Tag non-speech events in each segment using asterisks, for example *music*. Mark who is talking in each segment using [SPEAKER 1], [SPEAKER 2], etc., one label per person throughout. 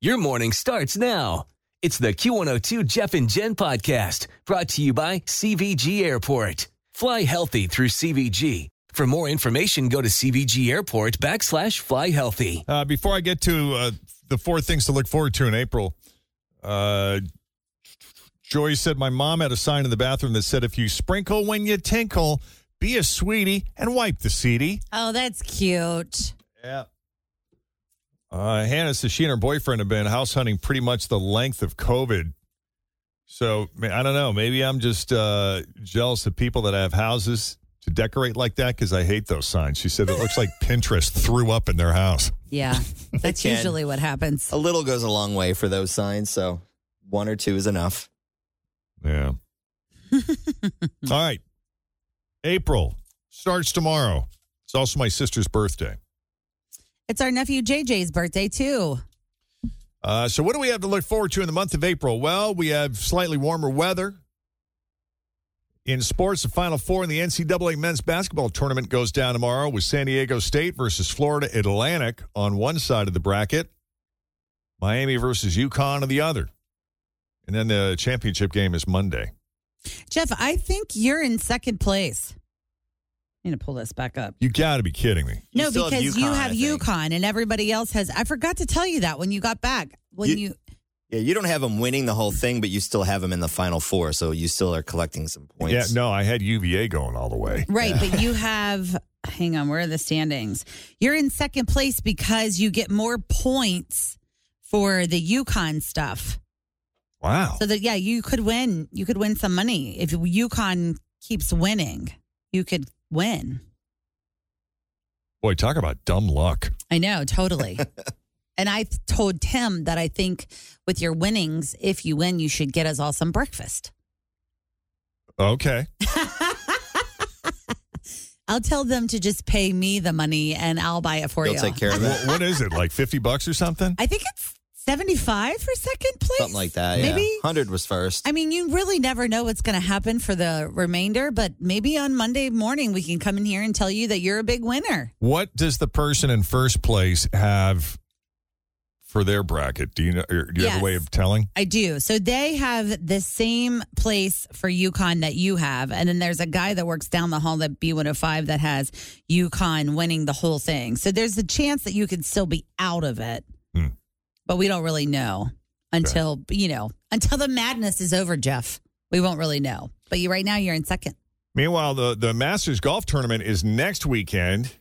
[SPEAKER 1] Your morning starts now. It's the Q102 Jeff and Jen podcast brought to you by CVG Airport. Fly healthy through CVG. For more information, go to CVG Airport backslash fly healthy.
[SPEAKER 2] Uh, before I get to uh, the four things to look forward to in April, uh, Joy said, My mom had a sign in the bathroom that said, If you sprinkle when you tinkle, be a sweetie and wipe the seedy.
[SPEAKER 3] Oh, that's cute.
[SPEAKER 2] Yeah. Uh, Hannah says she and her boyfriend have been house hunting pretty much the length of COVID. So ma- I don't know. Maybe I'm just uh, jealous of people that have houses to decorate like that because I hate those signs. She said it looks like Pinterest threw up in their house.
[SPEAKER 4] *laughs*
[SPEAKER 3] Yeah, that's
[SPEAKER 4] can.
[SPEAKER 3] usually what happens.
[SPEAKER 4] a little goes a long way for those signs. So one or two is enough.
[SPEAKER 2] Yeah. All right. April starts tomorrow. It's also my sister's birthday.
[SPEAKER 3] It's our nephew JJ's birthday too.
[SPEAKER 2] Uh, so, what do we have to look forward to in the month of April? Well, we have slightly warmer weather. In sports, the Final Four in the NCAA men's basketball tournament goes down tomorrow with San Diego State versus Florida Atlantic on one side of the bracket, Miami versus UConn on the other. And then the championship game is Monday.
[SPEAKER 3] Jeff, I think you're in second place. I need to pull this back up.
[SPEAKER 2] You got to be kidding me.
[SPEAKER 4] You
[SPEAKER 3] no,
[SPEAKER 4] still have
[SPEAKER 3] because you
[SPEAKER 4] UConn,
[SPEAKER 3] have
[SPEAKER 4] I think.
[SPEAKER 3] UConn and everybody else has. I forgot to tell you that when you got back. When
[SPEAKER 4] You-
[SPEAKER 3] you
[SPEAKER 4] Yeah, you don't have them winning the whole thing, but you still have them in the final four, so you still are collecting some points.
[SPEAKER 2] Yeah, no, I had UVA going all the way.
[SPEAKER 3] Right, but you have hang on, where are the standings? You're in second place because you get more points for the Yukon stuff.
[SPEAKER 2] Wow.
[SPEAKER 3] So that yeah, you could win. You could win some money if Yukon keeps winning. You could win.
[SPEAKER 2] Boy, talk about dumb luck.
[SPEAKER 3] I know, *laughs* totally. and I told Tim that I think with your winnings, if you win, you should get us all some *laughs* breakfast.
[SPEAKER 4] *laughs*
[SPEAKER 2] Okay.
[SPEAKER 3] I'll tell them to just pay me the money and I'll buy it for
[SPEAKER 4] You'll
[SPEAKER 3] you.
[SPEAKER 4] take care of
[SPEAKER 2] Wha- *laughs*
[SPEAKER 4] that.
[SPEAKER 2] what is it? Like 50 bucks or something?
[SPEAKER 3] I think it's 75 for second place.
[SPEAKER 4] Something like that. Yeah.
[SPEAKER 3] Maybe.
[SPEAKER 4] 100 was first.
[SPEAKER 3] I mean, you really never know what's going to happen for the remainder, but maybe on Monday morning we can come in here and tell you that you're a big winner.
[SPEAKER 2] What does the person in first place have for their bracket? Do you know or do you have
[SPEAKER 3] Yes.
[SPEAKER 2] a way of telling?
[SPEAKER 3] I do. So they have the same place for UConn that you have. And then there's a guy that works down the hall at B105 that has UConn winning the whole thing. So there's a chance that you could still be out of it.
[SPEAKER 2] Hmm.
[SPEAKER 3] But we don't really know until, you know, until the madness is over, Jeff. We won't really know. But you right now you're in second.
[SPEAKER 2] Meanwhile, the, the Masters golf tournament is next weekend.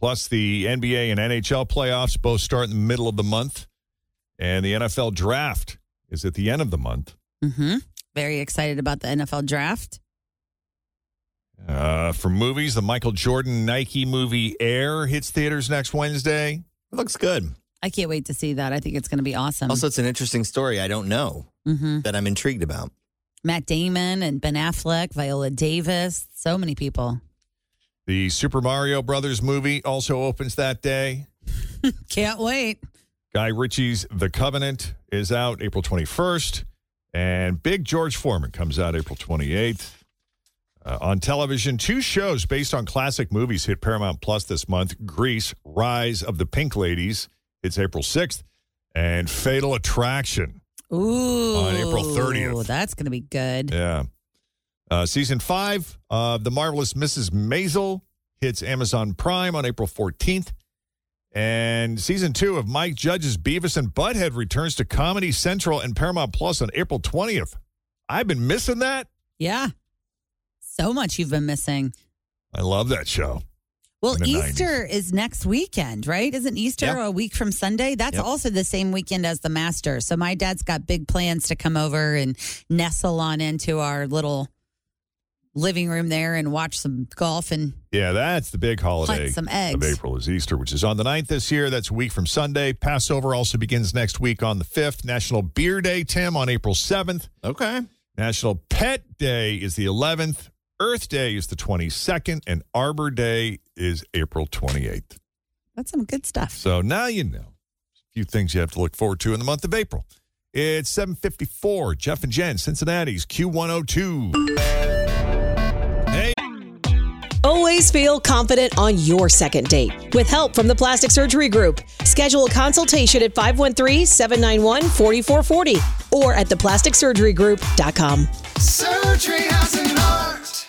[SPEAKER 2] Plus the NBA and NHL playoffs both start in the middle of the month. And the NFL draft is at the end of the month.
[SPEAKER 3] Mm-hmm. Very excited about the NFL draft.
[SPEAKER 2] Uh, for movies, the Michael Jordan Nike movie Air hits theaters next Wednesday.
[SPEAKER 4] It looks good.
[SPEAKER 3] I can't wait to see that. I think it's going to be awesome.
[SPEAKER 4] Also, it's an interesting story I don't know
[SPEAKER 3] hmm
[SPEAKER 4] that I'm intrigued about.
[SPEAKER 3] Matt Damon and Ben Affleck, Viola Davis, so many people.
[SPEAKER 2] The Super Mario Brothers movie also opens that day.
[SPEAKER 3] Can't wait.
[SPEAKER 2] Guy Ritchie's The Covenant is out April 21st, and Big George Foreman comes out April 28th. Uh, on television, two shows based on classic movies hit Paramount Plus this month Grease, Rise of the Pink Ladies, it's April 6th, and Fatal Attraction.
[SPEAKER 3] Ooh.
[SPEAKER 2] On April 30th.
[SPEAKER 3] That's going to be good.
[SPEAKER 2] Yeah. Uh, season five of The Marvelous Mrs. Maisel hits Amazon Prime on April 14th. And season two of Mike Judge's Beavis and Butthead returns to Comedy Central and Paramount Plus on April 20th. I've been missing that.
[SPEAKER 3] Yeah. So much you've been missing.
[SPEAKER 2] I love that show.
[SPEAKER 3] Well,
[SPEAKER 2] In the
[SPEAKER 3] Easter is next weekend, right? Isn't Easter
[SPEAKER 4] Yeah.
[SPEAKER 3] a week from Sunday? That's
[SPEAKER 4] Yep.
[SPEAKER 3] also the same weekend as the Masters. So my dad's got big plans to come over and nestle on into our little living room there and watch some golf and
[SPEAKER 2] Yeah, that's the big holiday.
[SPEAKER 3] Hunt some
[SPEAKER 2] of
[SPEAKER 3] eggs.
[SPEAKER 2] April is Easter, which is on the 9th this year. That's a week from Sunday. Passover also begins next week on the 5th. National Beer Day, Tim, on April 7th.
[SPEAKER 4] Okay.
[SPEAKER 2] National Pet Day is the 11th. Earth Day is the 22nd, and Arbor Day is April 28th.
[SPEAKER 3] that's some good stuff.
[SPEAKER 2] So now you know a few things you have to look forward to in the month of April. It's 7:54. Jeff and oh Jen, Cincinnati's Q102. Hey,
[SPEAKER 5] Oh, Always feel confident on your second date with help from the Plastic Surgery Group. Schedule a consultation at 513 791 4440 or at theplasticsurgerygroup.com.
[SPEAKER 6] Surgery has an art.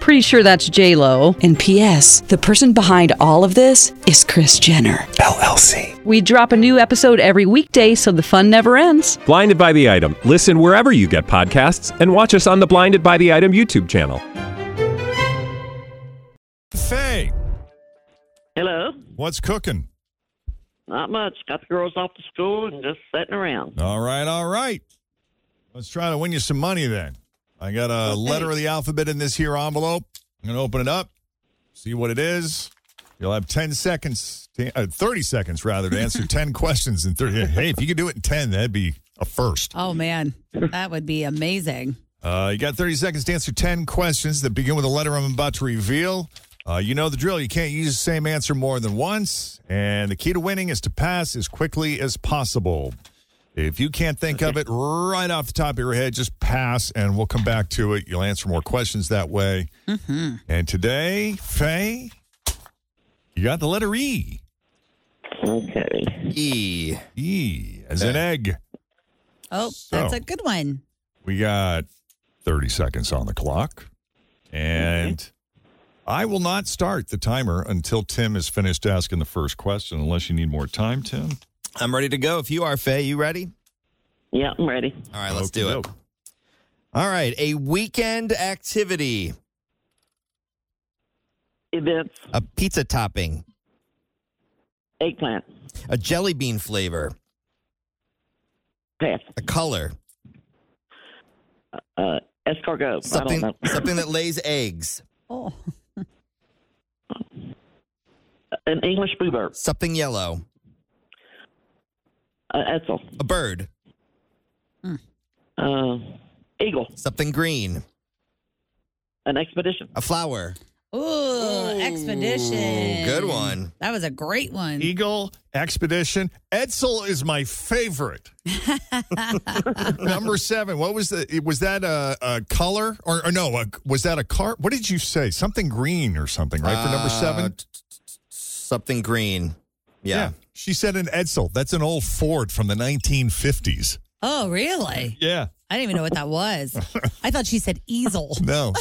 [SPEAKER 7] Pretty sure that's J Lo.
[SPEAKER 8] And P.S. The person behind all of this is Chris Jenner.
[SPEAKER 9] LLC.
[SPEAKER 7] We drop a new episode every weekday, so the fun never ends.
[SPEAKER 9] Blinded by the item. Listen wherever you get podcasts, and watch us on the Blinded by the Item YouTube channel.
[SPEAKER 2] Faye,
[SPEAKER 10] Hello.
[SPEAKER 2] what's cooking?
[SPEAKER 10] Not much. Got the girls off to school and just sitting around.
[SPEAKER 2] All right, all right. Let's try to win you some money then. I got a letter of the alphabet in this here envelope. I'm going to open it up, see what it is. You'll have 10 seconds, to, uh, 30 seconds rather, to answer *laughs* 10 questions in 30. Hey, if you could do it in 10, that'd be a first.
[SPEAKER 3] Oh man, that would be amazing.
[SPEAKER 2] Uh, you got 30 seconds to answer 10 questions that begin with a letter I'm about to reveal. Uh, you know the drill. You can't use the same answer more than once. And the key to winning is to pass as quickly as possible. If you can't think of it right off the top of your head, just pass and we'll come back to it. You'll answer more questions that way. And today, Faye, you got the letter E.
[SPEAKER 10] Okay.
[SPEAKER 4] E.
[SPEAKER 2] E as an egg.
[SPEAKER 3] Oh,
[SPEAKER 2] So-
[SPEAKER 3] that's a good one.
[SPEAKER 2] We got 30 seconds on the clock. And
[SPEAKER 4] Mm-hmm.
[SPEAKER 2] I will not start the timer until Tim is finished asking the first question, unless you need more time, Tim.
[SPEAKER 4] I'm ready to go. If you are, Faye, you ready?
[SPEAKER 10] Yeah, I'm ready.
[SPEAKER 4] All right, let's do it. All right, a weekend activity,
[SPEAKER 10] Events,
[SPEAKER 4] a pizza topping,
[SPEAKER 10] eggplant,
[SPEAKER 4] a jelly bean flavor,
[SPEAKER 10] pass,
[SPEAKER 4] a color,
[SPEAKER 10] uh, escargot.
[SPEAKER 4] something
[SPEAKER 10] I don't know. *laughs*
[SPEAKER 4] something that lays eggs,
[SPEAKER 3] Oh,
[SPEAKER 10] An English bluebird,
[SPEAKER 4] something yellow,
[SPEAKER 10] uh, Edsel,
[SPEAKER 4] a bird,
[SPEAKER 10] uh, eagle,
[SPEAKER 4] something green,
[SPEAKER 10] an expedition.
[SPEAKER 4] a flower.
[SPEAKER 3] ooh,
[SPEAKER 4] Ooh,
[SPEAKER 3] expedition.
[SPEAKER 4] Good one.
[SPEAKER 3] That was a great one.
[SPEAKER 4] E-
[SPEAKER 2] Eagle Expedition. Edsel is my favorite.
[SPEAKER 4] *laughs*
[SPEAKER 2] Number seven. What was the? Was that a, a color or, or no? A, was that a car? What did you say? Something green or something, right? For number
[SPEAKER 4] Uh,
[SPEAKER 2] seven.
[SPEAKER 4] t- t- t- something green. Yeah.
[SPEAKER 2] She said an Edsel. That's an old Ford from the 1950s.
[SPEAKER 3] Oh, really?
[SPEAKER 2] Yeah.
[SPEAKER 3] I didn't even know what that
[SPEAKER 4] *laughs*
[SPEAKER 3] was. I thought she said easel.
[SPEAKER 2] No.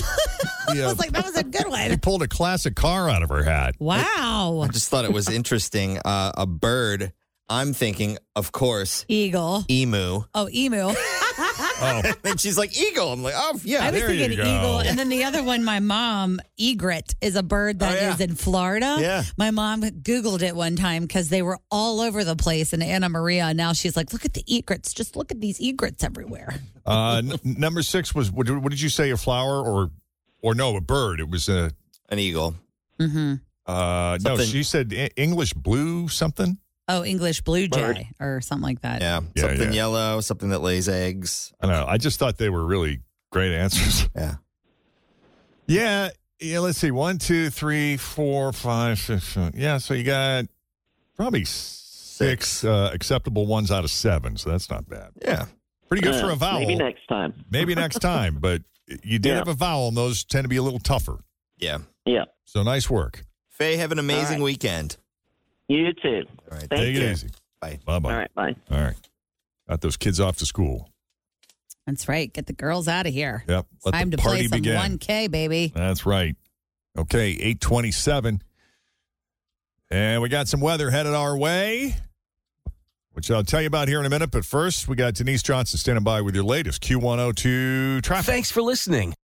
[SPEAKER 3] I
[SPEAKER 2] yeah.
[SPEAKER 3] was like, that was a good
[SPEAKER 2] He
[SPEAKER 3] one.
[SPEAKER 2] pulled a classic car out of her hat.
[SPEAKER 3] Wow.
[SPEAKER 4] I just
[SPEAKER 2] *laughs*
[SPEAKER 4] thought it was interesting. Uh, a bird. I'm thinking, of course,
[SPEAKER 3] Eagle.
[SPEAKER 4] emu. *laughs*
[SPEAKER 3] Oh, emu. *laughs*
[SPEAKER 2] Oh,
[SPEAKER 4] And she's like, eagle. I'm like, oh, yeah.
[SPEAKER 3] I was
[SPEAKER 4] there you
[SPEAKER 3] thinking
[SPEAKER 4] go.
[SPEAKER 3] eagle. And then the other one, my mom, egret, is a bird that is
[SPEAKER 4] Oh, yeah.
[SPEAKER 3] in Florida.
[SPEAKER 4] Yeah.
[SPEAKER 3] My mom Googled it one time because they were all over the place in Anna Maria. And now she's like, look at the egrets. Just look at these egrets everywhere.
[SPEAKER 2] uh, n- number six was what, did- what did you say? A flower or or no? A bird. It was a
[SPEAKER 4] An eagle.
[SPEAKER 3] Mm-hmm.
[SPEAKER 2] uh, no.
[SPEAKER 4] Something-
[SPEAKER 2] She said E- English blue something.
[SPEAKER 3] Oh, English blue
[SPEAKER 10] Bird.
[SPEAKER 3] jay or something like that.
[SPEAKER 4] Yeah.
[SPEAKER 2] Yeah,
[SPEAKER 4] something
[SPEAKER 2] yeah.
[SPEAKER 4] yellow, something that lays eggs.
[SPEAKER 2] I don't know. I just thought they were really great answers. *laughs*
[SPEAKER 4] Yeah.
[SPEAKER 2] Yeah. Yeah. Let's see. One, two, three, four, five, six. seven. Yeah. So you got probably six, Uh, acceptable ones out of seven. So that's not bad.
[SPEAKER 4] Yeah.
[SPEAKER 2] Pretty good
[SPEAKER 10] Uh,
[SPEAKER 2] for a vowel.
[SPEAKER 10] Maybe next time.
[SPEAKER 2] Maybe next time.
[SPEAKER 10] *laughs*
[SPEAKER 2] But you did
[SPEAKER 10] Yeah.
[SPEAKER 2] have a vowel, and those tend to be a little tougher.
[SPEAKER 4] Yeah.
[SPEAKER 10] Yeah.
[SPEAKER 2] So nice work.
[SPEAKER 4] Faye, have an amazing
[SPEAKER 10] right.
[SPEAKER 4] weekend.
[SPEAKER 10] You too.
[SPEAKER 4] All right.
[SPEAKER 10] Thank
[SPEAKER 2] Take
[SPEAKER 10] you.
[SPEAKER 2] it easy.
[SPEAKER 4] Bye.
[SPEAKER 2] Bye
[SPEAKER 10] All
[SPEAKER 2] bye.
[SPEAKER 10] right. Bye.
[SPEAKER 2] All right. Got those kids off to school.
[SPEAKER 3] That's right. Get the girls out of here.
[SPEAKER 2] Yep. Let
[SPEAKER 3] Time
[SPEAKER 2] the
[SPEAKER 3] to
[SPEAKER 2] party
[SPEAKER 3] play some
[SPEAKER 2] begin.
[SPEAKER 3] 1K, baby.
[SPEAKER 2] That's right. Okay, 827. And we got some weather headed our way, which I'll tell you about here in a minute. But first, we got Denise Johnson standing by with your latest Q102 traffic.
[SPEAKER 1] Thanks for listening